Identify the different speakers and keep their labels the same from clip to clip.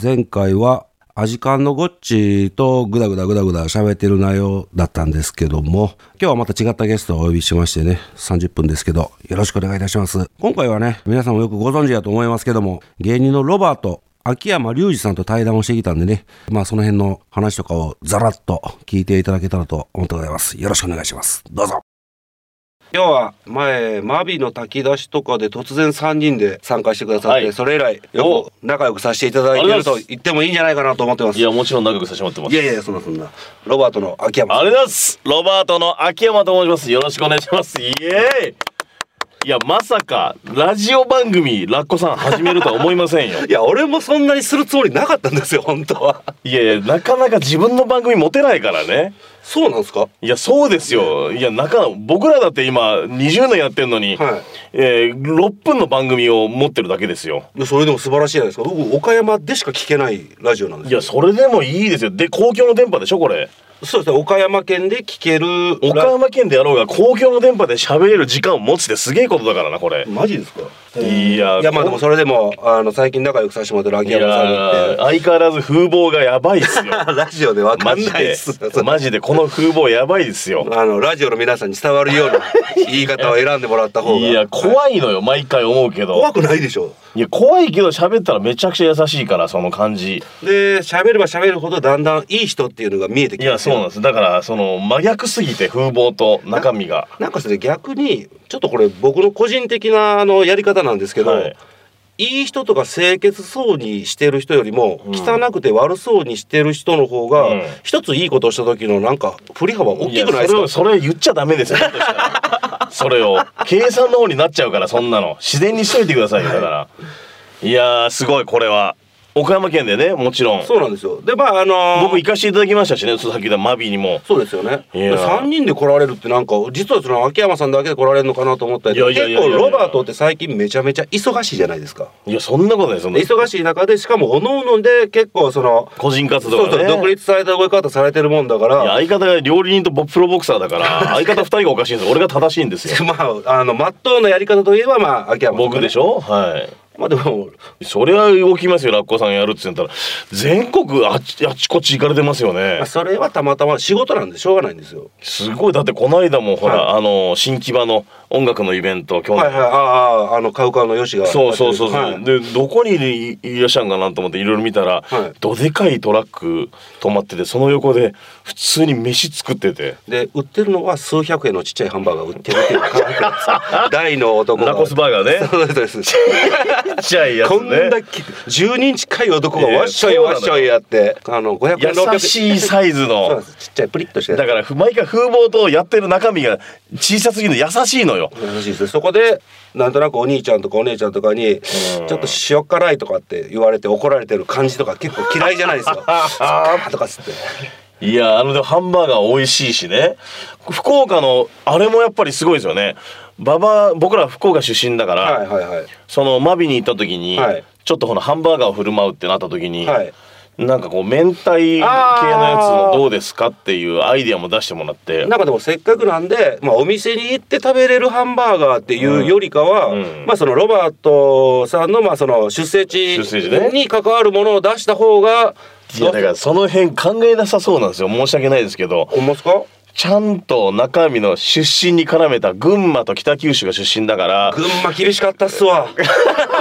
Speaker 1: 前回はアジカンのゴッチとグダグダグダグダ喋ってる内容だったんですけども、今日はまた違ったゲストをお呼びしましてね、30分ですけど、よろしくお願いいたします。今回はね、皆さんもよくご存知だと思いますけども、芸人のロバート、秋山隆二さんと対談をしてきたんでね、まあその辺の話とかをザラッと聞いていただけたらと思ってございます。よろしくお願いします。どうぞ。今日は前マビの炊き出しとかで突然3人で参加してくださって、
Speaker 2: はい
Speaker 1: それ以来よ
Speaker 2: お
Speaker 1: く仲良くさせていただいて
Speaker 2: あ
Speaker 1: る
Speaker 2: りがとうございま
Speaker 1: と
Speaker 2: す
Speaker 1: 言ってもいいんじゃないかなと思ってます
Speaker 2: いやもちろん長くさせてもらってます
Speaker 1: いやいやそんなそんなロバートの秋山
Speaker 2: あ
Speaker 1: さん
Speaker 2: れですロバートの秋山と申しますよろしくお願いしますイエーイいやまさかラジオ番組ラッコさん始めるとは思いま せんよ
Speaker 1: いや俺もそんなにするつもりなかったんですよ本当はい
Speaker 2: やいやなかなか自分の番組持てないからね
Speaker 1: そうなんですか
Speaker 2: いやそうですよいやなかな僕らだって今20年やってんのに、
Speaker 1: はい
Speaker 2: えー、6分の番組を持ってるだけですよ
Speaker 1: いやそれでも素晴らしいじゃないですか僕岡山でしか聞けないラジオなんです
Speaker 2: い
Speaker 1: よ
Speaker 2: やそれでもいいですよで公共の電波でしょこれ
Speaker 1: そうですね岡山県で聞ける
Speaker 2: 岡山県でやろうが公共の電波で喋れる時間を持つってすげえことだからなこれ
Speaker 1: マジですか
Speaker 2: いや
Speaker 1: いやまあでもそれでもあの最近仲良くさせてもらってる秋
Speaker 2: いや
Speaker 1: 山さんに
Speaker 2: ー
Speaker 1: って
Speaker 2: 相変わらず風貌がやばいっす よ
Speaker 1: ラジオでわか
Speaker 2: マ
Speaker 1: ん
Speaker 2: ジ
Speaker 1: ない
Speaker 2: で
Speaker 1: です
Speaker 2: マジでこの風貌やばいですよ
Speaker 1: あのラジオの皆さんに伝わるような 言い方を選んでもらった方が
Speaker 2: いや怖いのよ毎回思うけど
Speaker 1: 怖くないでしょ
Speaker 2: いや怖いけど喋ったらめちゃくちゃ優しいからその感じ
Speaker 1: で喋れば喋るほどだんだんいい人っていうのが見えて
Speaker 2: い
Speaker 1: きま
Speaker 2: や
Speaker 1: す
Speaker 2: そう
Speaker 1: よ
Speaker 2: なんですだからその真逆すぎて風貌と中身が
Speaker 1: なんかそれ逆にちょっとこれ僕の個人的なあのやり方なんですけど、
Speaker 2: はいい、
Speaker 1: い人とか清潔そうにしてる人よりも汚くて悪そうにしてる人の方が
Speaker 2: うん
Speaker 1: 一ついいことをした時のなんか振り幅大きくない
Speaker 2: や
Speaker 1: ですか
Speaker 2: それをそれ言っちゃダメですよひょっとしたらそれを計算の方になっちゃうからそんなの自然にしといてくださいよだからいやーすごいこれは岡山県でねもちろん
Speaker 1: そうなんですよでまああのー
Speaker 2: 僕行かせていただきましたしねさっき言ったマビにも
Speaker 1: そうですよね
Speaker 2: いや
Speaker 1: で3人で来られるってなんか実はその秋山さんだけで来られるのかなと思ったりとか
Speaker 2: いやいや
Speaker 1: 結
Speaker 2: いやいや
Speaker 1: 構ロバートって最近めちゃめちゃ忙しいじゃないですか
Speaker 2: いやそんなことないそん
Speaker 1: で
Speaker 2: な
Speaker 1: 忙しい中でしかもおのので結構その
Speaker 2: 個人活
Speaker 1: そ
Speaker 2: 動
Speaker 1: う
Speaker 2: が
Speaker 1: そう
Speaker 2: ね
Speaker 1: 独立された動き方されてるもんだか
Speaker 2: いや
Speaker 1: ら
Speaker 2: 相方が料理人とボプロボクサーだから 相方二人がおかしいんです俺が正しいんですよ
Speaker 1: まああの真っ当なやり方といえばまあ秋山さんね、
Speaker 2: 僕でしょはい
Speaker 1: まあでも
Speaker 2: それは動きますよラッコさんやるって言ったら全国あっちあっちこっち行かれてますよね
Speaker 1: まあそれはたまたま仕事なんでしょうがないんですよ
Speaker 2: すごいだってこの間もほら、あの新木場の音楽のイベント去
Speaker 1: はい
Speaker 2: 年、
Speaker 1: はいあああのカウカウのよしが
Speaker 2: そうそうそうそう、
Speaker 1: はい
Speaker 2: でどこにいいらっしゃるんかなと思っていろいろ見たら、
Speaker 1: はい
Speaker 2: どでかいトラック止まっててその横で普通に飯作ってて
Speaker 1: で売ってるのは数百円のちっちゃいハンバーガー売ってるっていう感覚なんですよ 大の男が
Speaker 2: ラコスバーガーね
Speaker 1: そうですそうです
Speaker 2: ちっちゃいやつね
Speaker 1: こんだけ10人近い男が
Speaker 2: いや
Speaker 1: わっしょい
Speaker 2: そうな
Speaker 1: わ
Speaker 2: の
Speaker 1: っ
Speaker 2: よ
Speaker 1: しょいやってあの500円600
Speaker 2: 優
Speaker 1: 円
Speaker 2: しいサイ
Speaker 1: そ
Speaker 2: ズ
Speaker 1: う
Speaker 2: の
Speaker 1: なんですちっちゃいプリッとして
Speaker 2: だからふ毎回風貌とやってる中身が小さすぎるの優しいのよ
Speaker 1: 優しいですねそこでなんとなくお兄ちゃんとかお姉ちゃんとかに「ちょっと塩辛い」とかって言われて怒られてる感じとか結構嫌いじゃないです か「あー」とかっつって
Speaker 2: いやあのでもハンバーガー美味しいしね福岡のあれもやっぱりすごいですよねババ僕ら福岡出身だから、
Speaker 1: はいはいはい
Speaker 2: そのマビに行った時に、
Speaker 1: はい
Speaker 2: ちょっとこのハンバーガーを振る舞うってなった時に、
Speaker 1: はい
Speaker 2: なんかこう明太系のやつのどうですかっていうアイディアも出してもらって
Speaker 1: なんかでもせっかくなんで、まあ、お店に行って食べれるハンバーガーっていうよりかは、
Speaker 2: うん
Speaker 1: まあ、そのロバートさんのまあその出世地
Speaker 2: 出世地ね
Speaker 1: に関わるものを出した方が
Speaker 2: いやだからその辺考えなさそうなんですよ申し訳ないですけど
Speaker 1: ほんまっすか
Speaker 2: ちゃんと中身の出身に絡めた群馬と北九州が出身だから
Speaker 1: 群馬厳しかったっす わ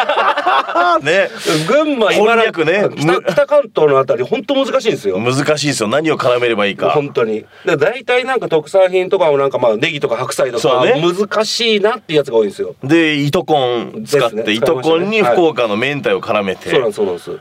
Speaker 2: ね
Speaker 1: 群馬
Speaker 2: こんに
Speaker 1: 茨
Speaker 2: ゃ
Speaker 1: 城
Speaker 2: くね
Speaker 1: 北北関東のあたり本当難しいんですよ
Speaker 2: 難しいですよ何を絡めればいいか
Speaker 1: 本当にだ大体なんか特産品とかもなんかまあネギとか白菜とか、
Speaker 2: そうね
Speaker 1: 難しいなっていうやつが多いんですよ
Speaker 2: で糸こん使っ
Speaker 1: ですね
Speaker 2: て糸こんに福岡の明太を絡め
Speaker 1: そう
Speaker 2: て
Speaker 1: なんですそうなんです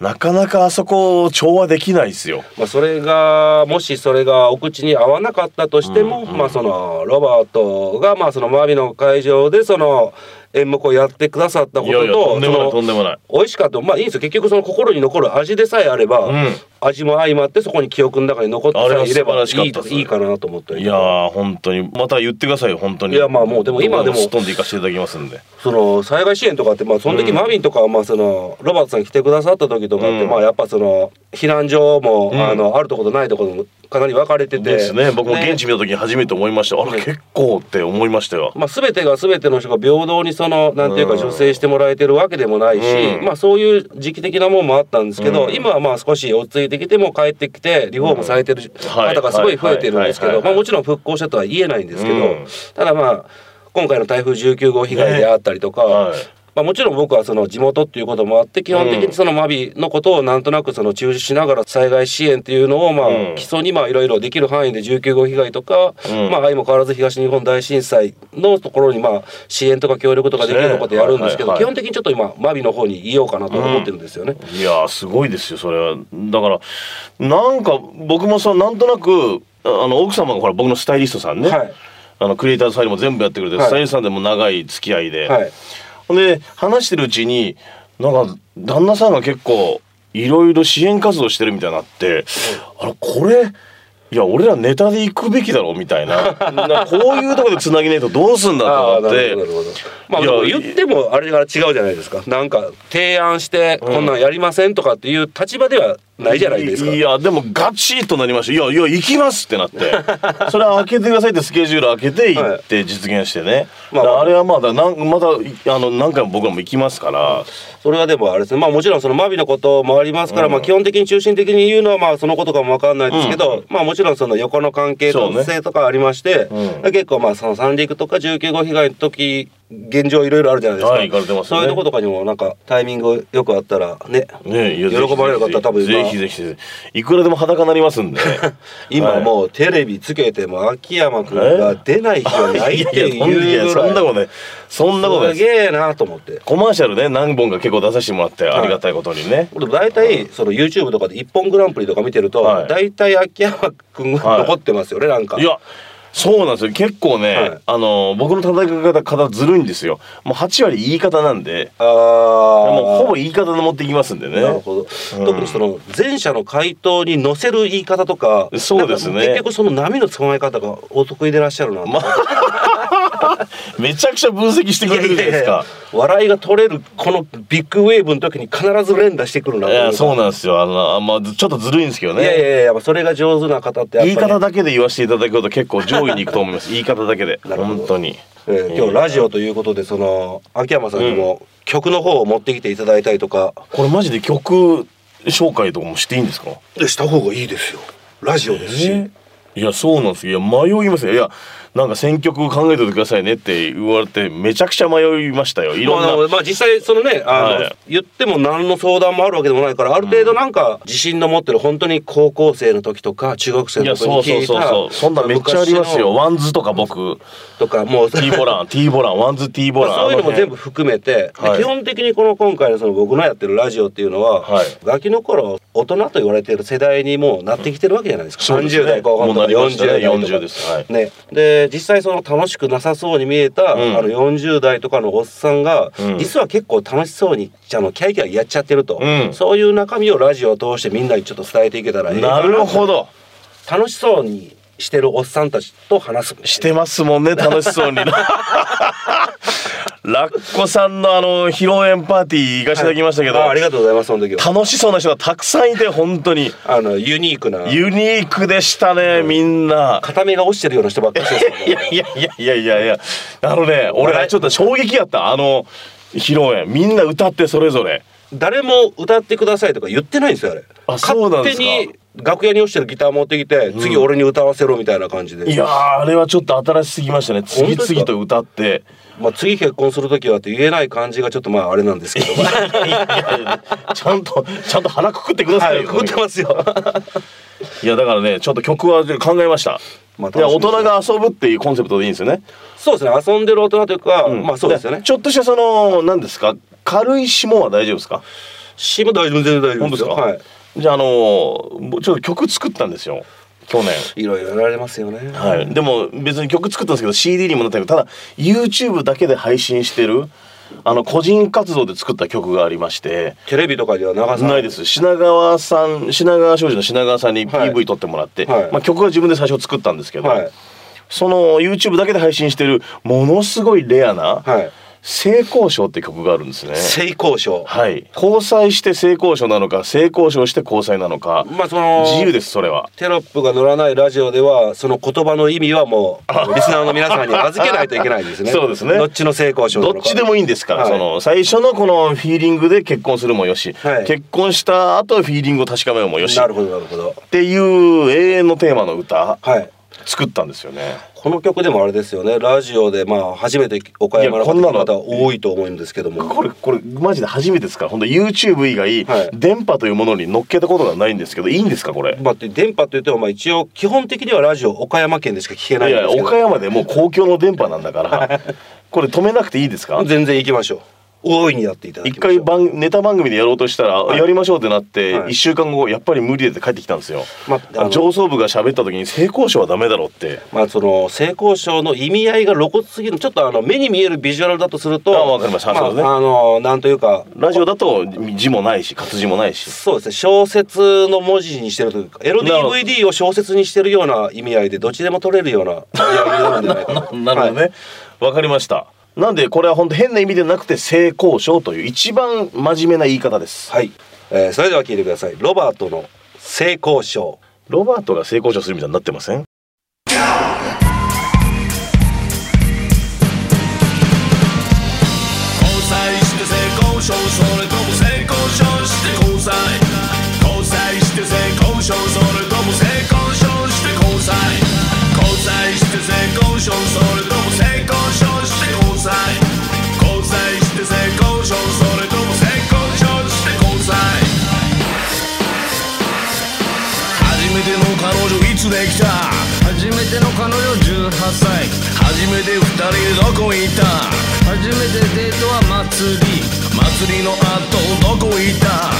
Speaker 2: なかなかあそこを調和できないですよ
Speaker 1: まあそれがもしそれがお口に合わなかったとしても、まあそのロバートがまあそのマビの会場でその演目をやってくださったこ
Speaker 2: いやいやと
Speaker 1: とと
Speaker 2: んでもない
Speaker 1: そ
Speaker 2: と
Speaker 1: の
Speaker 2: んでもない
Speaker 1: 美味しかったまあいいんですよ結局その心に残る味でさえあれば、
Speaker 2: うん
Speaker 1: 味も相まってそこに記憶の中に残ってさえいれば
Speaker 2: あれは素晴ら
Speaker 1: い
Speaker 2: し
Speaker 1: い
Speaker 2: かったです
Speaker 1: いいかなと思ったり
Speaker 2: い
Speaker 1: と
Speaker 2: や
Speaker 1: か
Speaker 2: ー本当にまた言ってくださいよ本当に
Speaker 1: いやまあもうでも今でも
Speaker 2: どんどんすっ飛んでいかせていただきますんで
Speaker 1: その災害支援とかってまあその時
Speaker 2: うん
Speaker 1: マービンとかはまあそのロバートさん来てくださった時とかって
Speaker 2: うん
Speaker 1: まあやっぱその避難所も
Speaker 2: うん
Speaker 1: あのあるところとないところかなり分かれてて
Speaker 2: ですね僕も現地
Speaker 1: ね
Speaker 2: 見た時に初めて思いました、あれ結構って思いましたよ、
Speaker 1: まあ、全てが全ての人が平等にそのなんていうか
Speaker 2: うん
Speaker 1: 助成してもらえてるわけでもないし、
Speaker 2: うん
Speaker 1: まあ、そういう時期的なもんもあったんですけど、
Speaker 2: うん
Speaker 1: 今はまあ少し落ち着いてきてもう帰ってきてリフォームされてる
Speaker 2: はい
Speaker 1: 方がすごい増えてるんですけ
Speaker 2: はいは
Speaker 1: ど、ま
Speaker 2: いはいはい
Speaker 1: あ、もちろん復興したとは言えないんですけど、
Speaker 2: うん
Speaker 1: ただまあ今回の台風19号被害であったりとか、
Speaker 2: はい
Speaker 1: まあ、もちろん僕はその地元っていうこともあって基本的にそのマビのことをなんとなくその中止しながら災害支援っていうのをまあ
Speaker 2: うん
Speaker 1: 基礎にまあいろいろできる範囲で19号被害とか
Speaker 2: うん
Speaker 1: まあ相も変わらず東日本大震災のところにまあ支援とか協力とかできることやるんですけ
Speaker 2: ね
Speaker 1: ど
Speaker 2: はい
Speaker 1: 基
Speaker 2: はいはい
Speaker 1: 本的にちょっと今マビの方にいようかなと思ってるんですよね。
Speaker 2: いやーすごいですよそれはだからなんか僕もさなんとなくああの奥様がほら僕のスタイリストさんね、
Speaker 1: はい
Speaker 2: あのクリエイターさんにも全部やってくれて、
Speaker 1: はい
Speaker 2: スタイリストさんでも長い付き合いで、
Speaker 1: はい
Speaker 2: ほんで話してるうちになんか旦那さんが結構いろいろ支援活動してるみたいになって、あれこれいや俺らネタで行くべきだろみたいな なこういうとこでつなぎねえとどうすんだ
Speaker 1: あ
Speaker 2: と
Speaker 1: あな
Speaker 2: 思っ
Speaker 1: る
Speaker 2: て
Speaker 1: ほどなるほどまあ
Speaker 2: い
Speaker 1: で
Speaker 2: や
Speaker 1: も言ってもあれが違うじゃないですかなんか提案してこんなんやりませんとかっていう立場ではないじゃないですか
Speaker 2: いやでもガチッとなりましたいやいや行きますってなって それは開けてくださいってスケジュール開けて行って実現してね、
Speaker 1: まあ
Speaker 2: だからあれはまだなんまたあの何回も僕らも行きますから、
Speaker 1: それはでもあれですねまあもちろんそのマビのこともありますから、まあ基本的に中心的に言うのはまあそのことかもわかんないですけど、まあもちろんその横の関係
Speaker 2: そうね
Speaker 1: と性とかありまして、
Speaker 2: う
Speaker 1: 結構まあその三陸とか19号被害の時現状いろいろあるじゃないですか、
Speaker 2: はい行かれてます
Speaker 1: そ
Speaker 2: よ
Speaker 1: う
Speaker 2: ね
Speaker 1: いうとことかにもなんかタイミングよくあったらね
Speaker 2: ねいや
Speaker 1: 喜
Speaker 2: ぜひ
Speaker 1: ばれる方は多分今
Speaker 2: ぜひぜひぜひいくらでも裸になりますんで
Speaker 1: 今
Speaker 2: う
Speaker 1: もうテレビつけても秋山君が出ない日はない
Speaker 2: い
Speaker 1: っ
Speaker 2: や
Speaker 1: ていう
Speaker 2: いやいや
Speaker 1: ぐ
Speaker 2: そ
Speaker 1: ら
Speaker 2: ん
Speaker 1: い
Speaker 2: なことねそんなことな
Speaker 1: す
Speaker 2: いです
Speaker 1: げえなと思って。
Speaker 2: コマーシャルね何本か結構出させてもらってありがたいことにね、
Speaker 1: 俺大体その YouTube とかで「一本グランプリ」とか見てると
Speaker 2: はい
Speaker 1: 大体秋山君が
Speaker 2: はい
Speaker 1: 残ってますよねなんか
Speaker 2: いやそうなんですよ結構ね、
Speaker 1: はい
Speaker 2: あの僕の叩き方方ずるいんですよもう8割言い方なんで
Speaker 1: あ
Speaker 2: もうほぼ
Speaker 1: あ
Speaker 2: 言い方で持ってきますんでね
Speaker 1: なるほど、
Speaker 2: うん
Speaker 1: 特にその前者の回答に載せる言い方とか
Speaker 2: そうですね
Speaker 1: なんか結局その波の捕まえ方がお得意でいらっしゃるな
Speaker 2: まめちゃくちゃ分析してくれてるじゃないですか
Speaker 1: 笑いが取れるこのビッグウェーブの時に必ず連打してくるないと
Speaker 2: や
Speaker 1: いうか
Speaker 2: そうなんですよあのあんまちょっとずるいんですけどね
Speaker 1: いやいやいややっぱそれが上手な方ってやっぱ
Speaker 2: 言
Speaker 1: り
Speaker 2: い方だけで言わせていただくと結構上位に行くと思います言い方だけで
Speaker 1: なるほど
Speaker 2: 本当に
Speaker 1: えー今日ラジオということでその秋山さんにも曲の方を持ってきていただいたりとか、
Speaker 2: これマジで曲紹介とかもしていいんですか
Speaker 1: でした方がいいですよラジオですし、
Speaker 2: いやそうなんですよいや迷いますよいやなんか選曲考えておいてくださいねって言われてめちゃくちゃ迷いましたよいろん
Speaker 1: まあ
Speaker 2: な、
Speaker 1: まあ実際そのねあの、
Speaker 2: はい
Speaker 1: 言っても何の相談もあるわけでもないからある程度なんか自信の持ってる本当に高校生の時とか中学生
Speaker 2: い
Speaker 1: の
Speaker 2: や
Speaker 1: 時に
Speaker 2: そうそ
Speaker 1: 聞
Speaker 2: う
Speaker 1: いた
Speaker 2: そうそうそんなんめっちゃありますよ
Speaker 1: 昔の
Speaker 2: ワンズとか僕
Speaker 1: とか もう
Speaker 2: T ボラン T ボランワンズ T ボ
Speaker 1: ま
Speaker 2: ラン
Speaker 1: あそういうのも全
Speaker 2: 部
Speaker 1: 部含めて、で
Speaker 2: はい
Speaker 1: 基本的にこの今回のその僕のやってるラジオっていうのは、
Speaker 2: はい
Speaker 1: ガキの頃大人と言われてる世代にもうなってきてるわけじゃないですか、
Speaker 2: そうですね
Speaker 1: 30代後半と
Speaker 2: も
Speaker 1: か
Speaker 2: うなりました
Speaker 1: 40
Speaker 2: ね
Speaker 1: 代とか
Speaker 2: 40ですはい
Speaker 1: ね、で実際その楽しくなさそうに見えた、
Speaker 2: うん
Speaker 1: あの40代とかのおっさんが、
Speaker 2: うん
Speaker 1: 実は結構楽しそうにあのキャイキャイやっちゃってると、
Speaker 2: うん
Speaker 1: そういう中身をラジオを通してみんなにちょっと伝えていけたらいいか
Speaker 2: なるほど
Speaker 1: 楽しそうにしてるおっさんたちと話す
Speaker 2: してますもんね楽しそうにラッコさんのあの披露宴パーティー行かせていただきましたけど、
Speaker 1: あありがとうございますその時は
Speaker 2: 楽しそうな人がたくさんいて本当に
Speaker 1: あのユニークな
Speaker 2: ユニークでしたねみんな。
Speaker 1: 片目が落ちてるような人ばっかりです
Speaker 2: いやいやいやいやいやあのね俺ちょっと衝撃やったあの披露宴みんな歌ってそれぞれ。
Speaker 1: 誰も歌ってくださいとか言ってないんですよあれ
Speaker 2: あそうなんですか
Speaker 1: 勝手に楽屋に落ちてるギター持ってきて、次俺に歌わせろみたいな感じで
Speaker 2: いやーあれはちょっと新しすぎましたね
Speaker 1: 本当
Speaker 2: 次
Speaker 1: ですか
Speaker 2: 々と歌って。
Speaker 1: まあ、次結婚する時はって言えない感じがちょっとまああれなんですけ ど
Speaker 2: いやいやちゃんとちゃんと腹くくってくださ
Speaker 1: はいい
Speaker 2: よ、
Speaker 1: 食ってますよ
Speaker 2: いやだからねちょっと曲は考えました、
Speaker 1: まあ
Speaker 2: いや大
Speaker 1: 楽しみです
Speaker 2: 人が遊ぶっていうコンセプトでいいんですよね、
Speaker 1: そうですね遊んでる大人というか、
Speaker 2: ん
Speaker 1: まあそうですよ
Speaker 2: だから
Speaker 1: ね
Speaker 2: ちょっとしたその何ですか軽い霜は大丈夫ですか
Speaker 1: シム大丈夫全然大丈夫
Speaker 2: 本当ですか、
Speaker 1: はい
Speaker 2: じゃああのもうちょっと曲作ったんですよ去年
Speaker 1: いろいろやられますよね、
Speaker 2: はい、でも別に曲作ったんですけど CD にもなったけどただ YouTube だけで配信してるあの個人活動で作った曲がありまして
Speaker 1: テレビとかでは流さない
Speaker 2: ないです品川さん品川庄司の品川さんに
Speaker 1: はい
Speaker 2: PV 撮ってもらって、
Speaker 1: はい
Speaker 2: まあ、曲は自分で最初作ったんですけど、
Speaker 1: はい
Speaker 2: その YouTube だけで配信してるものすごいレアな
Speaker 1: はい
Speaker 2: 性交渉って曲があるんですね。
Speaker 1: 性交渉
Speaker 2: はい。交際して性交渉なのか、性交渉して交際なのか、
Speaker 1: まあその
Speaker 2: 自由ですそれは。
Speaker 1: テロップが乗らないラジオではその言葉の意味はもうリスナーの皆さんに預けないといけないんですね
Speaker 2: そうですね
Speaker 1: どっちの性交渉なの
Speaker 2: ど
Speaker 1: か
Speaker 2: っちでもいいんですから、
Speaker 1: はい
Speaker 2: その最初のこのフィーリングで結婚するもよし、
Speaker 1: はい
Speaker 2: 結婚した後フィーリングを確かめようもよし
Speaker 1: な
Speaker 2: っ
Speaker 1: るほどなるほど
Speaker 2: ていう永遠のテーマの歌
Speaker 1: はい
Speaker 2: 作ったんですよね。
Speaker 1: この曲でもあれですよねラジオでまあ初めて岡山の
Speaker 2: いやこんなの
Speaker 1: 方多いと思うんですけども
Speaker 2: これこれマジで初めてですから本当 YouTube 以外、
Speaker 1: はい
Speaker 2: 電波というものに乗っけたことがないんですけどいいんですかこれ
Speaker 1: まあ、で電波といってもまあ一応基本的にはラジオ岡山県でしか聞け
Speaker 2: い
Speaker 1: ないんで
Speaker 2: や
Speaker 1: すけど
Speaker 2: 岡山でもう公共の電波なんだから これ止めなくていいですか
Speaker 1: 全然行きましょう大いにやっていただきまし
Speaker 2: 一
Speaker 1: ょう
Speaker 2: 回番ネタ番組でやろうとしたら、
Speaker 1: はい
Speaker 2: やりましょうってなって、一
Speaker 1: はい
Speaker 2: 週間後やっぱり無理でって帰ってきたんですよ、
Speaker 1: まあの
Speaker 2: 上層部が喋った時に性交渉はダメだろうって
Speaker 1: まあその性交渉の意味合いが露骨すぎるちょっとあの目に見えるビジュアルだとすると
Speaker 2: あわかりましたそうですね
Speaker 1: あのなんというか
Speaker 2: ラジオだと字もないし活字もないし
Speaker 1: そうですね小説の文字にしてるというかエロ
Speaker 2: なるほど
Speaker 1: DVD を小説にしてるような意味合いでどっちでも取れるような意味合いになるんじゃないか
Speaker 2: なるほどね
Speaker 1: はい
Speaker 2: わ、かりましたなんでこれは本当変な意味でなくて性交渉という一番真面目な言い方です
Speaker 1: はい、えーそれでは聞いてくださいロバートの性交渉
Speaker 2: ロバートが性交渉するみたいになってません
Speaker 3: 交際して性交渉それとも性交渉して交際交際して性交渉それとも性交渉して交際交際して性交渉それとも性交渉して交際交際して性交渉それとも性交渉して交際初めての彼女いつできた初めての彼女18歳初めて二人でどこ行った初めてデートは祭り祭りの後どこ行った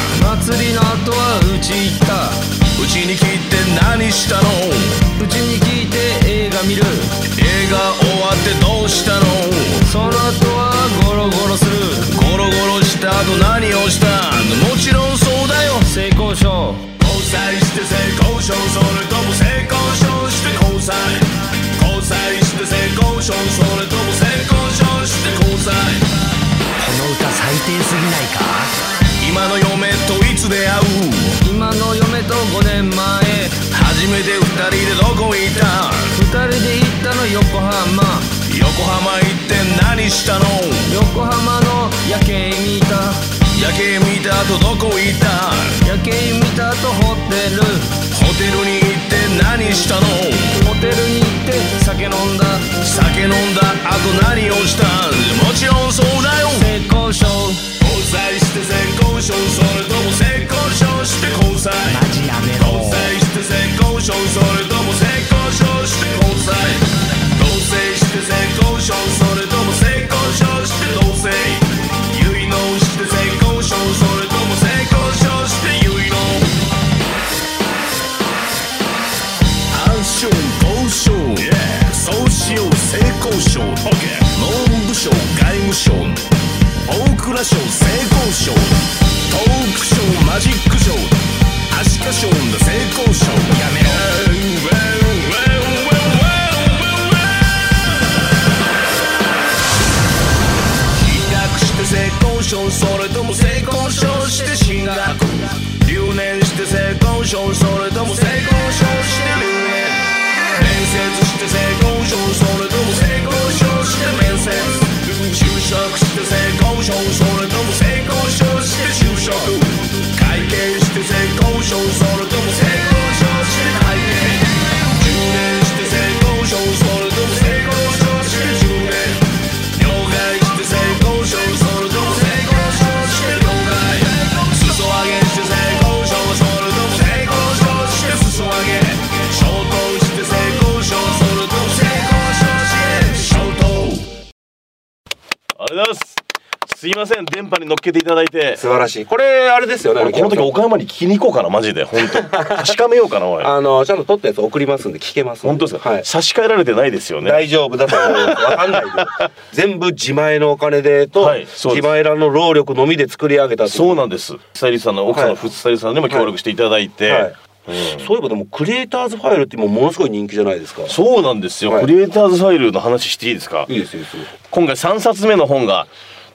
Speaker 3: 祭りの後はうち行ったうちに来て何したのうちに来て映画見る映画終わってどうしたのその後はゴロゴロするゴロゴロした後何をしたもちろんそうだよ性交渉交際して性交渉それとも性交渉して交際交際して性交渉それとも性交渉して交際
Speaker 4: この歌最低すぎないか
Speaker 3: 今の嫁といつ出会う
Speaker 4: 今の嫁と5年前
Speaker 3: 初めて二人でどこ行った
Speaker 4: 二人で行ったの横浜
Speaker 3: 横浜行って何したの
Speaker 4: 横浜の夜景見た
Speaker 3: 夜景見た後どこ行った
Speaker 4: 夜景見た後ホテル
Speaker 3: ホテルに行って何したの
Speaker 4: ホテルに行って酒飲んだ
Speaker 3: 酒飲んだ後何をしたもちろんそうだよ
Speaker 4: 性交渉
Speaker 3: 交際して性交渉それとも性交渉して交際
Speaker 4: マジやめろ
Speaker 3: 交際して性交渉それとも性交渉して交際同棲して性交渉それとも性交渉して同棲結納して性交渉それとも性交渉して結納暗証暴証そうしよう性交渉文部省外務省大蔵省性交渉トークショーマジックショーアシカショーの性交渉やめ学して性交渉それとも性交渉して進学留年して性交渉それとも性交渉して留年面接して性交渉それとも性交渉して面接就職して性交渉それとも性交渉して就職会計して性交渉それとも性交渉して会計10年して性交渉それとも性交渉して10年両替して性交渉それとも性交渉して両替裾上げして性交渉それとも性交渉して裾上げ消灯して性交渉それとも性交渉して消灯
Speaker 2: ありがとうございますすいません電波に乗っけていただいて
Speaker 1: 素晴らしいこれあれですよね
Speaker 2: 俺この時
Speaker 1: あ
Speaker 2: 岡山に聞きに行こうかなマジで本 当確かめようかなおい
Speaker 1: あのちゃんと撮ったやつ送りますんで聞けますん
Speaker 2: 本当ですか、
Speaker 1: はい
Speaker 2: 差し替えられてないですよね
Speaker 1: 大丈夫だと思います。わかんないけど。 全部自前のお金でと、
Speaker 2: はいそうです
Speaker 1: 自前らの労力のみで作り上げたっていう
Speaker 2: そうなんですスタイリストさんの奥さんの
Speaker 1: はい
Speaker 2: フッスタイリストさんにも協力していただいて、
Speaker 1: はいそういえばでもクリエイターズファイルって今ものすごい人気じゃないですか。
Speaker 2: そうなんですよ、
Speaker 1: はい
Speaker 2: クリエイターズファイルの話していいですか
Speaker 1: いいですいいです。
Speaker 2: 今回3冊目の本が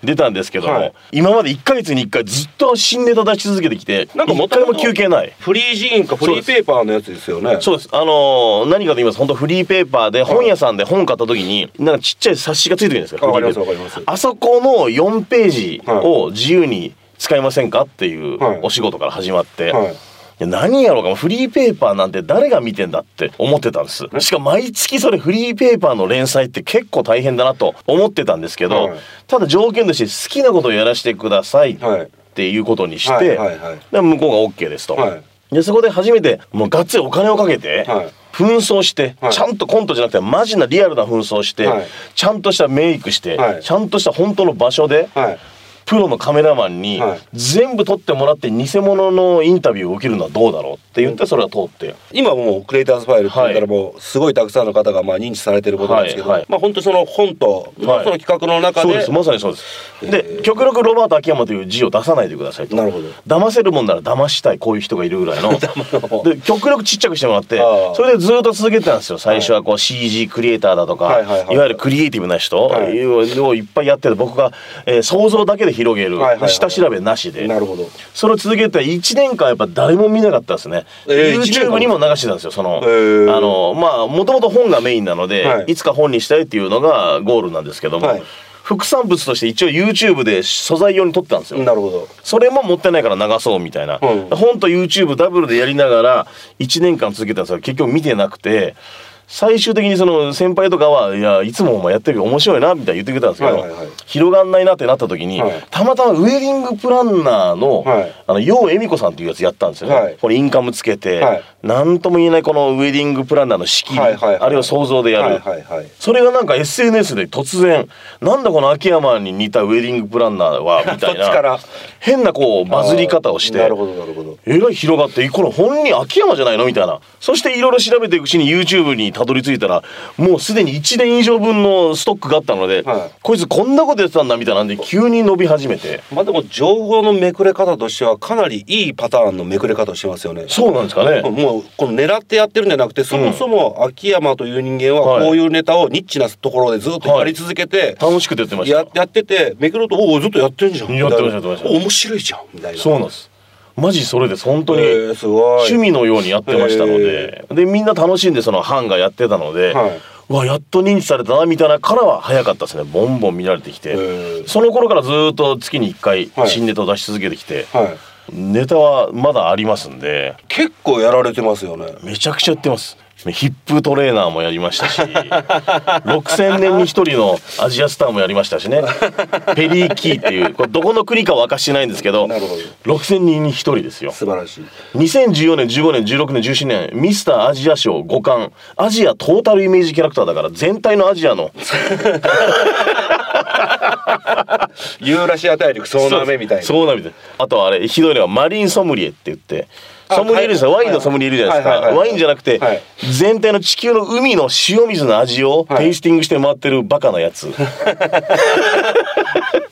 Speaker 2: 出たんですけども、
Speaker 1: はい
Speaker 2: 今まで1ヶ月に1回ずっと新ネタ出し続けてきてなんかもう一回も休憩ない
Speaker 1: フリージーンかフリーペーパーのやつですよね。
Speaker 2: そうですあのー何かと言いますと本当フリーペーパーで本屋さんで本買った時になんかちっちゃい冊子がついてくるんですか
Speaker 1: わかります
Speaker 2: フリーペー
Speaker 1: わかり
Speaker 2: あそこの4ページを自由に使いませんかっていう
Speaker 1: はい
Speaker 2: お仕事から始まって、
Speaker 1: はい
Speaker 2: いや何やろうかフリーペーパーなんて誰が見てんだって思ってたんですしかも毎月それフリーペーパーの連載って結構大変だなと思ってたんですけど、
Speaker 1: はい
Speaker 2: ただ条件として好きなことをやらせてください
Speaker 1: はい
Speaker 2: っていうことにして、
Speaker 1: はいはいはい
Speaker 2: で向こうが OK ですと、
Speaker 1: はい
Speaker 2: でそこで初めてもうがっつりお金をかけて、
Speaker 1: はい
Speaker 2: 紛争して、
Speaker 1: はい
Speaker 2: ちゃんとコントじゃなくてマジなリアルな紛争して、
Speaker 1: はい
Speaker 2: ちゃんとしたメイクして、
Speaker 1: はい
Speaker 2: ちゃんとした本当の場所で、
Speaker 1: はい。
Speaker 2: プロのカメラマンに
Speaker 1: はい
Speaker 2: 全部撮ってもらって偽物のインタビューを受けるのはどうだろうって言ってそれが通って、
Speaker 1: 今もうクリエイターズファイルって言ったらもうすごいたくさんの方がまあ認知されてることなんですけど、
Speaker 2: はいはい
Speaker 1: まあ本当その本と、まあその企画の中
Speaker 2: そう
Speaker 1: で、
Speaker 2: ですまさにそうです、で極力ロバート秋山という字を出さないでくださいと
Speaker 1: なるほど
Speaker 2: 騙せるもんなら騙したいこういう人がいるぐ らいので極力ちっちゃくしてもらって
Speaker 1: ああ
Speaker 2: それでずっと続けてたんですよ最初はこう CG クリエイターだとか、
Speaker 1: はい
Speaker 2: い
Speaker 1: はいはい
Speaker 2: わゆるクリエイティブな人
Speaker 1: はい
Speaker 2: をいっぱいやってて僕が、えー想像だけで広げ
Speaker 1: は
Speaker 2: る、
Speaker 1: いはいはい
Speaker 2: 下調べなしで
Speaker 1: なるほど。
Speaker 2: それを続けて1年間やっぱ誰も見なかったですね、
Speaker 1: えー一年間
Speaker 2: YouTube にも流してたんですよその、
Speaker 1: へー
Speaker 2: あのまあもともと本がメインなので、
Speaker 1: はい
Speaker 2: い、つか本にしたいっていうのがゴールなんですけども、
Speaker 1: はい
Speaker 2: 副産物として一応 YouTube で素材用に撮ってたんですよ、
Speaker 1: なるほど。
Speaker 2: それも持ってないから流そうみたいな、
Speaker 1: うん
Speaker 2: 本と YouTube ダブルでやりながら1年間続けたんですよ結局見てなくて最終的にその先輩とかは「いやいつもお前やってるけど面白いな」みたいな言ってくれたんですけど、
Speaker 1: はいはいはい
Speaker 2: 広がんないなってなった時に、
Speaker 1: はい
Speaker 2: たまたまウェディングプランナーの,、
Speaker 1: はい
Speaker 2: あの楊恵美子さんっていうやつやったんですよね、
Speaker 1: はい
Speaker 2: これインカムつけて、
Speaker 1: はい
Speaker 2: なんとも言えないこのウェディングプランナーの仕切り、
Speaker 1: はいはいはい
Speaker 2: あるいは想像でや
Speaker 1: は
Speaker 2: る、
Speaker 1: いはいはい。
Speaker 2: それがなんか SNS で突然なんだこの秋山に似たウェディングプランナーはみた
Speaker 1: そっ
Speaker 2: い
Speaker 1: ちから
Speaker 2: な変なこうバズり方をし
Speaker 1: な
Speaker 2: て
Speaker 1: るほどなるほど。
Speaker 2: えらい広がってこれ本人秋山じゃないのみたいなそしていろいろ調べていくうちに YouTube にたどり着いたらもうすでに1年以上分のストックがあったので、
Speaker 1: はい
Speaker 2: こいつこんなことやってたんだみたいなんで急に伸び始めて
Speaker 1: まあでも情報のめくれ方としてはかなりいいパターンのめくれ方をしてますよね。
Speaker 2: そうなんですかね、
Speaker 1: もうこの狙ってやってるんじゃなくてそもそも秋山という人間は
Speaker 2: はい
Speaker 1: こういうネタをニッチなところでずっとやり続けて、
Speaker 2: 楽しくてやってました
Speaker 1: ややっててめくると「おおずっとやってんじゃん」
Speaker 2: やってま
Speaker 1: みい
Speaker 2: した
Speaker 1: な
Speaker 2: やってました
Speaker 1: お面白いじゃん」みたいな
Speaker 2: そうなんですマジそれです本当に、
Speaker 1: えーすごい
Speaker 2: 趣味のようにやってましたので、でみんな楽しんでその班がやってたので、
Speaker 1: は
Speaker 2: うわやっと認知されたなみたいなからは早かったですねボンボン見られてきて、
Speaker 1: ー
Speaker 2: その頃からずーっと月に1回
Speaker 1: はい
Speaker 2: 新ネタを出し続けてきて、
Speaker 1: はい
Speaker 2: ネタはまだありますんで
Speaker 1: 結構やられてますよね
Speaker 2: めちゃくちゃやってますヒップトレーナーもやりました し6000年に一人のアジアスターもやりましたし ねペリー・キーっていうこれどこの国かは明かしてないんですけど
Speaker 1: なるほ
Speaker 2: 6000人に一人ですよ
Speaker 1: 素晴らしい
Speaker 2: 2014年15年16年17年ミスターアジア賞5冠アジアトータルイメージキャラクターだから全体のアジアの
Speaker 1: ユーラシア大陸総なめみたいな
Speaker 2: そうなめみたいなあとはあれひどいのはマリンソムリエって言って
Speaker 1: あ
Speaker 2: ソムリエですよ
Speaker 1: は
Speaker 2: ワ
Speaker 1: い
Speaker 2: インのソムリエいるじゃないですか
Speaker 1: はいはいはいはい
Speaker 2: ワインじゃなくて、
Speaker 1: はい
Speaker 2: 全体の地球の海の塩水の味を
Speaker 1: はい
Speaker 2: テイスティングして回ってるバカなやつ、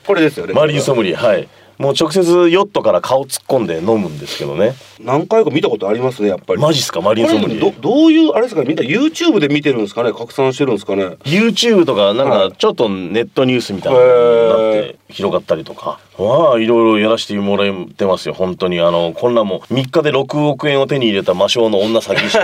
Speaker 1: これですよね
Speaker 2: マリンソムリエはいもう直接ヨットから顔突っ込んで飲むんですけどね
Speaker 1: 何回か見たことありますねやっぱり
Speaker 2: マジっすかマリンソムリエ
Speaker 1: これどどういうあれですかねみんな YouTube で見てるんですかね拡散してるんですかね
Speaker 2: YouTube とかな
Speaker 1: は
Speaker 2: ん
Speaker 1: い
Speaker 2: かちょっとネットニュースみたいなのになって広がったりとかまあいろいろやらせてもらってますよ本当にあのこんなもん3日で6億円を手に入れた魔性の女詐欺師と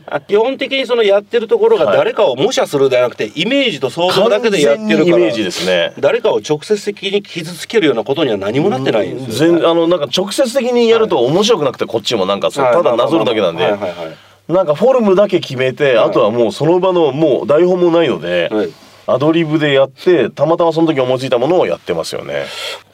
Speaker 2: か
Speaker 1: 基本的にそのやってるところが
Speaker 2: はい
Speaker 1: 誰かを模写するではなくてイメージと想像だけでやってるから
Speaker 2: 完全にイメージですね
Speaker 1: 誰かを直接的に傷つけるようなことには何もなってないんですよ、ね
Speaker 2: 全あのなんか直接的にやると面白くなくてこっちもなんかそう
Speaker 1: はい
Speaker 2: ただなぞるだけなんで
Speaker 1: はいはいはい
Speaker 2: なんかフォルムだけ決めてあとはもうその場のもう台本もないので
Speaker 1: はい
Speaker 2: アドリブでやってたまたまその時思いついたものをやってますよね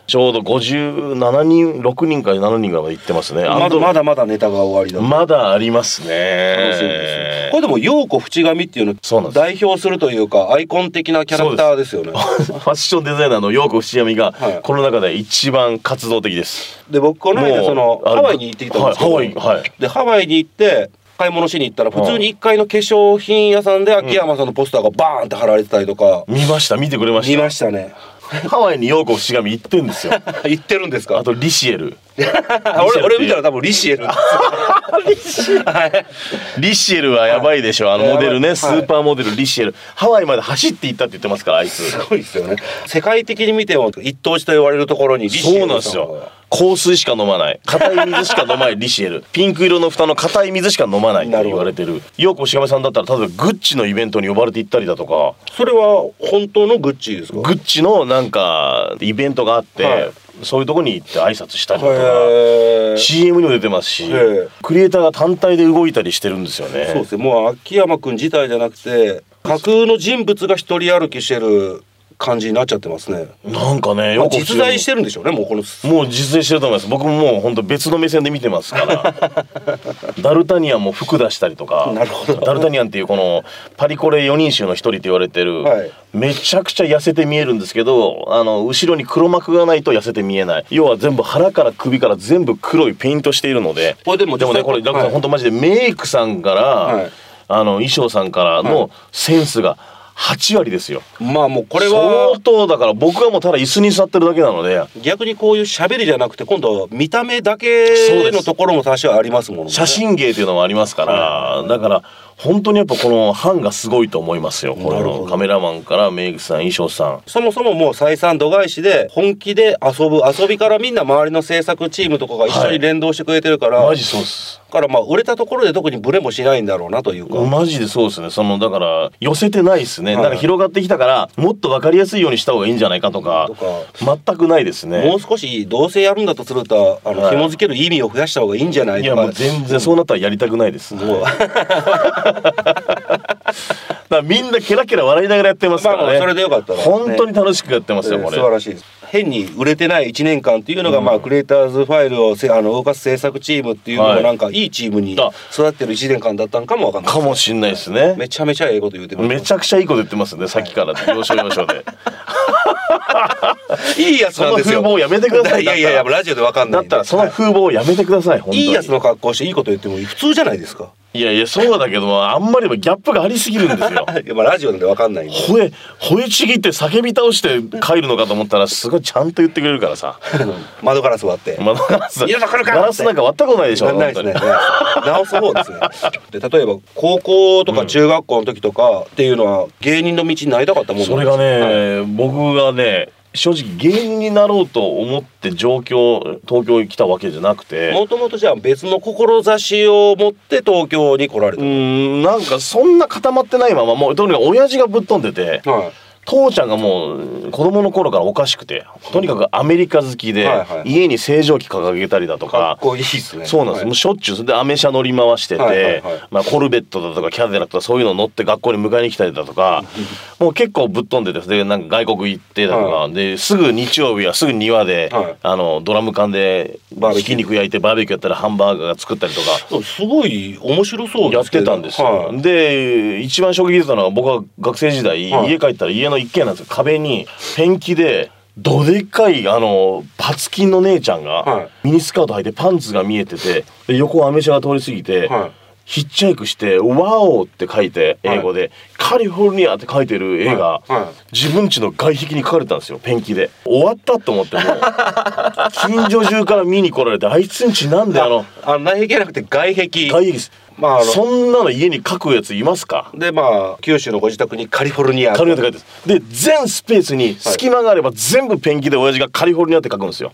Speaker 2: ちょうど57人6人から7人ぐらいまで行ってますね
Speaker 1: ま
Speaker 2: あ
Speaker 1: だ
Speaker 2: と
Speaker 1: まだまだネタが終わりだ
Speaker 2: まだありますね。
Speaker 1: 楽しみですねこれでも陽子淵上っていうの
Speaker 2: そうなん
Speaker 1: を
Speaker 2: です
Speaker 1: 代表するというかアイコン的なキャラクターですよね
Speaker 2: ファッションデザイナーの陽子淵上が
Speaker 1: はい
Speaker 2: この中で一番活動的です。
Speaker 1: で僕この
Speaker 2: も
Speaker 1: 間
Speaker 2: う
Speaker 1: その
Speaker 2: あれ
Speaker 1: ハワイに行ってきたんですけど、
Speaker 2: はいハワイはい
Speaker 1: でハワイに行って買い物しに行ったら普通に1階の化粧品屋さんで秋山さんのポスターがバーンって貼られてたりとか
Speaker 2: 見ました見てくれまし
Speaker 1: 見
Speaker 2: た
Speaker 1: ましたね
Speaker 2: ハワイに陽子淵上行ってんですよ。
Speaker 1: 行ってるんですか
Speaker 2: あとリシエル
Speaker 1: 俺俺見たら多分リシエルです
Speaker 2: リシエルはやばいでしょ、あのモデルね、スーパーモデルリシエルハワイまで走って行ったって言ってますからあいつ
Speaker 1: すごいですよね世界的に見ても一等地と言われるところにリシエル
Speaker 2: そうなんで
Speaker 1: さ
Speaker 2: す
Speaker 1: が
Speaker 2: よ香水しか飲まない硬い水しか 飲まないリシエルピンク色の蓋の硬い水しか飲まないって言われてるよくしがみさんだったら例えばグッチのイベントに呼ばれて行ったりだとか
Speaker 1: それは本当のグッチですか
Speaker 2: グッチのなんかイベントがあって、
Speaker 1: はい
Speaker 2: そういうとこに行って挨拶したりだとか
Speaker 1: へー
Speaker 2: CM にも出てますし
Speaker 1: え
Speaker 2: クリエイターが単体で動いたりしてるんですよね
Speaker 1: そうですねもう秋山君自体じゃなくて架空の人物が一人歩きしてる感じになっちゃってますね、
Speaker 2: なんかね
Speaker 1: まあ
Speaker 2: よく
Speaker 1: 実在してるんでしょうねもうこの
Speaker 2: もう実践してると思います僕ももう本当別の目線で見てますから ダルタニアンも服出したりとか
Speaker 1: なるほど
Speaker 2: ダルタニアンっていうこのパリコレ4人衆の一人って言われてる、
Speaker 1: はい
Speaker 2: めちゃくちゃ痩せて見えるんですけどあの後ろに黒幕がないと痩せて見えない要は全部腹から首から全部黒いペイントしているので
Speaker 1: これでも実際
Speaker 2: ねこれだから
Speaker 1: はい
Speaker 2: 本当マジでメイクさんから、
Speaker 1: はい
Speaker 2: あの衣装さんからのセンスが8割ですよ。
Speaker 1: まあもうこ
Speaker 2: こ
Speaker 1: れ
Speaker 2: れ
Speaker 1: は
Speaker 2: 相当だから僕はもうただ椅子に座ってるだけなので。
Speaker 1: 逆にこういう喋りじゃなくて今度は見た目だけのところも多少ありますもんね
Speaker 2: 写真芸というのもありますから、だから本当にやっぱこの班がすごいと思いますよこれ
Speaker 1: なるほ
Speaker 2: の
Speaker 1: ど
Speaker 2: カメラマンからメイクさん衣装さん
Speaker 1: そもそももう採算度外視で本気で遊ぶ遊びからみんな周りの制作チームとかが一緒に連動してくれてるから、
Speaker 2: マジそうっす
Speaker 1: からまあ売れたところで特にブレもしないんだろうなというか、
Speaker 2: マジでそうですねそのだから寄せてないですね、
Speaker 1: はい
Speaker 2: なんか広がってきたからもっと分かりやすいようにした方がいいんじゃないかとか
Speaker 1: とか
Speaker 2: 全くないです
Speaker 1: も
Speaker 2: ね
Speaker 1: う少しどうせやるんだとするとあの、
Speaker 2: はい
Speaker 1: 紐付ける意味を増やした方がいいんじゃない
Speaker 2: い
Speaker 1: と
Speaker 2: や
Speaker 1: か
Speaker 2: もう全然そうなったらやりたくないです、
Speaker 1: もう
Speaker 2: だからみんなケラケラ笑いながらやってますからね、
Speaker 1: まあまあそれでよかったらね
Speaker 2: 本当に楽しくやってますよ
Speaker 1: えー
Speaker 2: こ
Speaker 1: 素
Speaker 2: れ、
Speaker 1: 晴らしいです変に売れてない1年間っていうのが、まあクリエイターズファイルをせあの動かす制作チームっていうの
Speaker 2: は
Speaker 1: も
Speaker 2: い
Speaker 1: なんかいいチームに
Speaker 2: あ
Speaker 1: 育ってる1年間だったんかもわかんない
Speaker 2: かもしんないですね
Speaker 1: めちゃめちゃええこと言うてくれ
Speaker 2: め
Speaker 1: る
Speaker 2: ちゃくちゃいいこと言ってますねさっきから要所要所で。
Speaker 1: いいやつなんですよ
Speaker 2: その風貌やめてください
Speaker 1: いやいやいやラジオでわかん
Speaker 2: だ
Speaker 1: ない
Speaker 2: っ
Speaker 1: んで
Speaker 2: たらその風貌をやめてください、本当に
Speaker 1: いいやつの格好していいこと言っても普通じゃないですか。
Speaker 2: いやいやそうだけどもあんまりもギャップがありすぎるんですよ
Speaker 1: やっぱラジオなんでわかんないんで。
Speaker 2: 吠え吠えちぎって叫び倒して帰るのかと思ったらすごいちゃんと言ってくれるからさ
Speaker 1: 窓ガラス割って。
Speaker 2: 窓ガラス
Speaker 1: いやだからか
Speaker 2: ガラスなんか割ったことないでしょ
Speaker 1: なんないですね。直す方ですね。で例えば高校とか中学校の時とかっていうのは芸人の道になりたかったもん
Speaker 2: そ
Speaker 1: なん
Speaker 2: れ
Speaker 1: です
Speaker 2: がね、僕がね正直芸人になろうと思って上京東京に来たわけじゃなくて
Speaker 1: もともとじゃあ別の志を持って東京に来られ
Speaker 2: う
Speaker 1: た。
Speaker 2: ーんなんかそんな固まってないままもうとにかく親父がぶっ飛んでて、
Speaker 1: はい。
Speaker 2: 父ちゃんがもう子供の頃からおかしくてとにかくアメリカ好きで、
Speaker 1: はいはい
Speaker 2: 家に星条旗掲げたりだと
Speaker 1: か
Speaker 2: か
Speaker 1: っこいいですね。
Speaker 2: そうなんです、もうしょっちゅうそれでアメ車乗り回してて、
Speaker 1: はいはいはい
Speaker 2: まあ、コルベットだとかキャデラックとかそういうの乗って学校に迎えに来たりだとかもう結構ぶっ飛んでてでなんか外国行ってだとか、
Speaker 1: は
Speaker 2: ですぐ日曜日はすぐ庭で、
Speaker 1: はい
Speaker 2: あのドラム缶で
Speaker 1: バーベ
Speaker 2: ひ
Speaker 1: キュー
Speaker 2: き肉焼いてバーベキューやったらハンバーガーが作ったりとか。
Speaker 1: そうすごい面白そう
Speaker 2: や
Speaker 1: で
Speaker 2: っ
Speaker 1: すけ
Speaker 2: て
Speaker 1: ど
Speaker 2: たんですよ、
Speaker 1: はい
Speaker 2: で一番衝撃だったのは僕は学生時代、
Speaker 1: はい
Speaker 2: 家帰ったら家の一軒家なんですよ壁にペンキでどでかいあのパツキンの姉ちゃんが、
Speaker 1: はい
Speaker 2: ミニスカート履いてパンツが見えててで横をアメ車が通り過ぎて、
Speaker 1: はい
Speaker 2: ヒッチハイクして「ワオ!」って書いて英語で、カリフォルニア」って書いてる絵
Speaker 1: は
Speaker 2: が、
Speaker 1: いはい
Speaker 2: 自分家の外壁に書かれてたんですよペンキで終わったと思 ってもう近所中から見に来られて「あいつんちなんであの
Speaker 1: あの内壁じゃなくて外壁。
Speaker 2: 外壁です」
Speaker 1: まああの
Speaker 2: そんなの家に書くやついますか
Speaker 1: でまあ九州のご自宅にカリフォルニア
Speaker 2: カリフォルニアって書いてますで全スペースに隙間があれば全部ペンキで親父がカリフォルニアって書くんですよ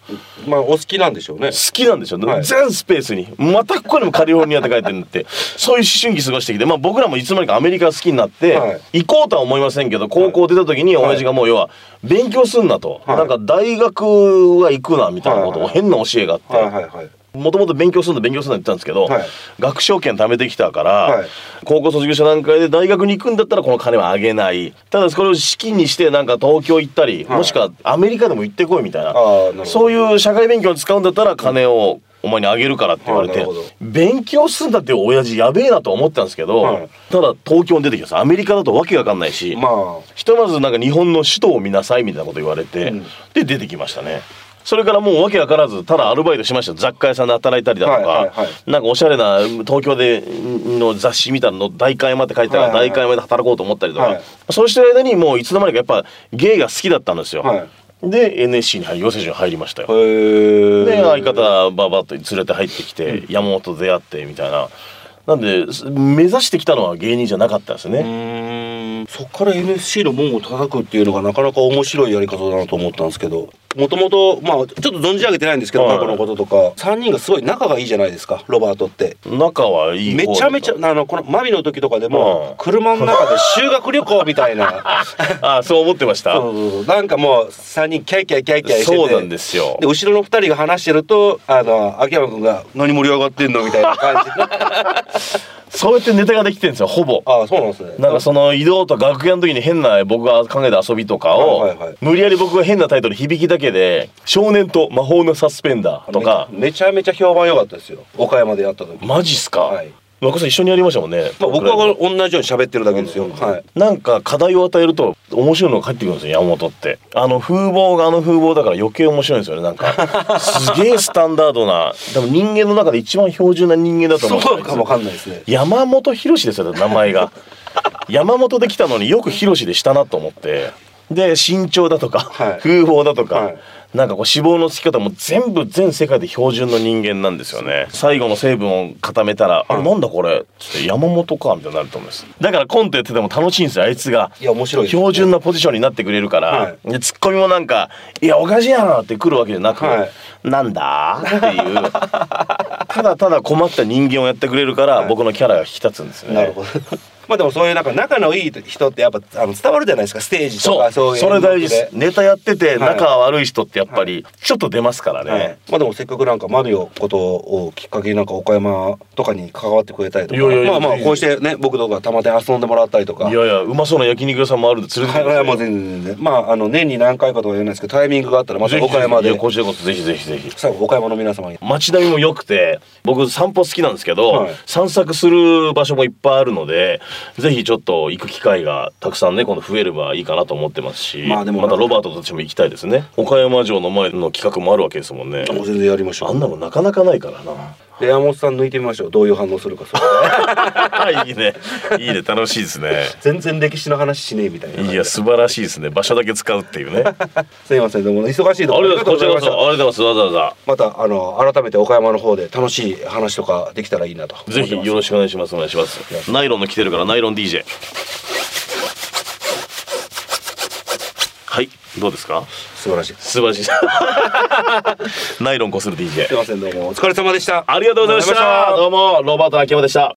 Speaker 1: まあお好きなんでしょうね
Speaker 2: 好きなんでしょ、
Speaker 1: はい
Speaker 2: 全スペースにまたここにもカリフォルニアって書いてるんだって そういう思春期過ごしてきて、まあ、僕らもいつの間にかアメリカ好きになって、
Speaker 1: はい
Speaker 2: 行こうとは思いませんけど高校出た時に親父がもう要は勉強すんなと、
Speaker 1: はい
Speaker 2: なんか大学は行くなみたいなことを
Speaker 1: はい
Speaker 2: 変な教えがあって、
Speaker 1: はいはいはい。
Speaker 2: もともと勉強するんだ勉強するんだ言ってたんですけど、
Speaker 1: はい
Speaker 2: 学証券貯めてきたから、
Speaker 1: はい
Speaker 2: 高校卒業した段階で大学に行くんだったらこの金はあげないただそれを資金にしてなんか東京行ったり、
Speaker 1: い
Speaker 2: もしくはアメリカでも行ってこいみたいな
Speaker 1: あーなるほど
Speaker 2: そういう社会勉強に使うんだったら金をお前にあげるからって言われ
Speaker 1: あー
Speaker 2: て
Speaker 1: なるほど
Speaker 2: 勉強するんだっていう親父やべえなと思ってたんですけど、
Speaker 1: はい
Speaker 2: ただ東京に出てきたんですアメリカだとわけわかんないし、
Speaker 1: まあ
Speaker 2: ひとまずなんか日本の首都を見なさいみたいなこと言われて、
Speaker 1: うん
Speaker 2: で出てきましたねそれからもう訳わからずただアルバイトしました雑貨屋さんで働いたりだとか、
Speaker 1: はいはいは
Speaker 2: なんかおしゃれな東京でんの雑誌みたいなの「代官山」って書いてた
Speaker 1: は
Speaker 2: から
Speaker 1: いはいはい
Speaker 2: 代官山で働こうと思ったりとか、
Speaker 1: はい
Speaker 2: そうしてる間にもういつの間にかやっぱ芸が好きだったんですよ、
Speaker 1: はい
Speaker 2: で NSC に入り養成所に入りましたよ
Speaker 1: へ
Speaker 2: で
Speaker 1: え
Speaker 2: 相方ババッと連れて入ってきて、山本と出会ってみたいななんです目指してきたのは芸人じゃなかったです
Speaker 1: う
Speaker 2: ね、
Speaker 1: ーんそっから NSC の門を叩くっていうのがなかなか面白いやり方だなと思ったんですけどもともとまあちょっと存じ上げてないんですけど
Speaker 2: はい
Speaker 1: 過去のこととか3人がすごい仲がいいじゃないですかロバートって。
Speaker 2: 仲はいい
Speaker 1: めちゃめちゃあのこのマミの時とかで
Speaker 2: うん
Speaker 1: も車の中で修学旅行みたい な
Speaker 2: ゃあそう思ってました
Speaker 1: そうそうそうなんかもう3人キャイキャイキャイキャイしてて
Speaker 2: そうなんですよ
Speaker 1: で後ろの2人が話してるとあの秋山君が「何盛り上がってんの?」みたいな感じで
Speaker 2: そうやってネタができてるんですよほぼ
Speaker 1: ああそうなんですね
Speaker 2: なんかその移動とか楽屋の時に変な僕が考えた遊びとかを、
Speaker 1: はいはいはい
Speaker 2: 無理やり僕が変なタイトル響きだけで「少年と魔法のサスペンダー」とか
Speaker 1: めめちゃめちゃ評判良かったですよ岡山でやった時
Speaker 2: マジっすか、
Speaker 1: はい
Speaker 2: まこさん一緒にやりましたもんね、
Speaker 1: まあ、僕は同じように喋ってるだけですよ、はい
Speaker 2: なんか課題を与えると面白いのが返ってくるんですよ山本ってあの風貌があの風貌だから余計面白いんですよねな んかすげえスタンダードな多分人間の中で一番標準な人間だと思う
Speaker 1: そうかもわかんないですね
Speaker 2: 山本博士ですよ名 前が山本で来たのによく博士でしたなと思ってで身長だとか、
Speaker 1: はい
Speaker 2: 風貌だとか、
Speaker 1: はい
Speaker 2: なんかこう脂肪のつき方も全部全世界で標準の人間なんですよね最後の成分を固めたら「あれなんだこれ」つって「山本か」みたいになると思いますだからコントやってても楽しいんですよあいつが
Speaker 1: いや面白いですね
Speaker 2: 標準なポジションになってくれるから、
Speaker 1: はい
Speaker 2: でツッコミもなんか「いやおかしいやろ」って来るわけじゃなく、
Speaker 1: はい
Speaker 2: なんだっていう ただただ困った人間をやってくれるから、僕のキャラが引き立つんですよね
Speaker 1: なるほど まあでもそういうなんか仲のいい人ってやっぱあの伝わるじゃないですかステージと
Speaker 2: そう
Speaker 1: か
Speaker 2: そ
Speaker 1: そういう
Speaker 2: れ大事です
Speaker 1: 演目
Speaker 2: ネタやってて
Speaker 1: はい
Speaker 2: 仲悪い人ってやっぱりちょっと出ますからね、
Speaker 1: はいまあでもせっかくなんかマミオことをきっかけになんか岡山とかに関わってくれたりとか
Speaker 2: いやいやいや
Speaker 1: まあまあこうしてね僕とかたまたに遊んでもらったりとか
Speaker 2: いやいやうまそうな焼肉屋さんもあるんで連れて
Speaker 1: は
Speaker 2: き
Speaker 1: い
Speaker 2: てくだ
Speaker 1: は
Speaker 2: さ
Speaker 1: い
Speaker 2: い
Speaker 1: まあ全然全然まああの年に何回かとは言えないですけどタイミングがあったらまた岡山
Speaker 2: ぜひぜひい
Speaker 1: で
Speaker 2: やこちらこそぜひぜひぜひ
Speaker 1: 最後岡山の皆様に
Speaker 2: 街並みも良くて僕散歩好きなんですけど、
Speaker 1: はい
Speaker 2: 散策する場所もいっぱいあるのでぜひちょっと行く機会がたくさんね今度増えればいいかなと思ってますし、
Speaker 1: まあでも
Speaker 2: たロバートとしても行きたいですね岡山城の前の企画もあるわけですもんね
Speaker 1: 全然やりましょ
Speaker 2: あ
Speaker 1: うん
Speaker 2: なのなかなかないからな
Speaker 1: で山本さん抜いてみましょうどういう反応するかそれ
Speaker 2: いいねいいね楽しいですね
Speaker 1: 全然歴史の話しねえみたいな感じ
Speaker 2: い
Speaker 1: で
Speaker 2: や素晴らしいですね場所だけ使うってい うねありが
Speaker 1: すいませんどうも忙しいところ
Speaker 2: とうございますこちらこ
Speaker 1: した
Speaker 2: そありがとうございますわざわざ
Speaker 1: またあの改めて岡山の方で楽しい話とかできたらいいなと
Speaker 2: ぜひよろしくお願いしますお願いしますナイロンの来てるからナイロン DJ はいどうですか
Speaker 1: 素晴らしいす
Speaker 2: 素晴らしい ナイロンこする DJ
Speaker 1: いませんどうもお疲れ様でした
Speaker 2: ありがとうございまし
Speaker 1: ありがとうございましたた
Speaker 2: どうもロバート秋山でした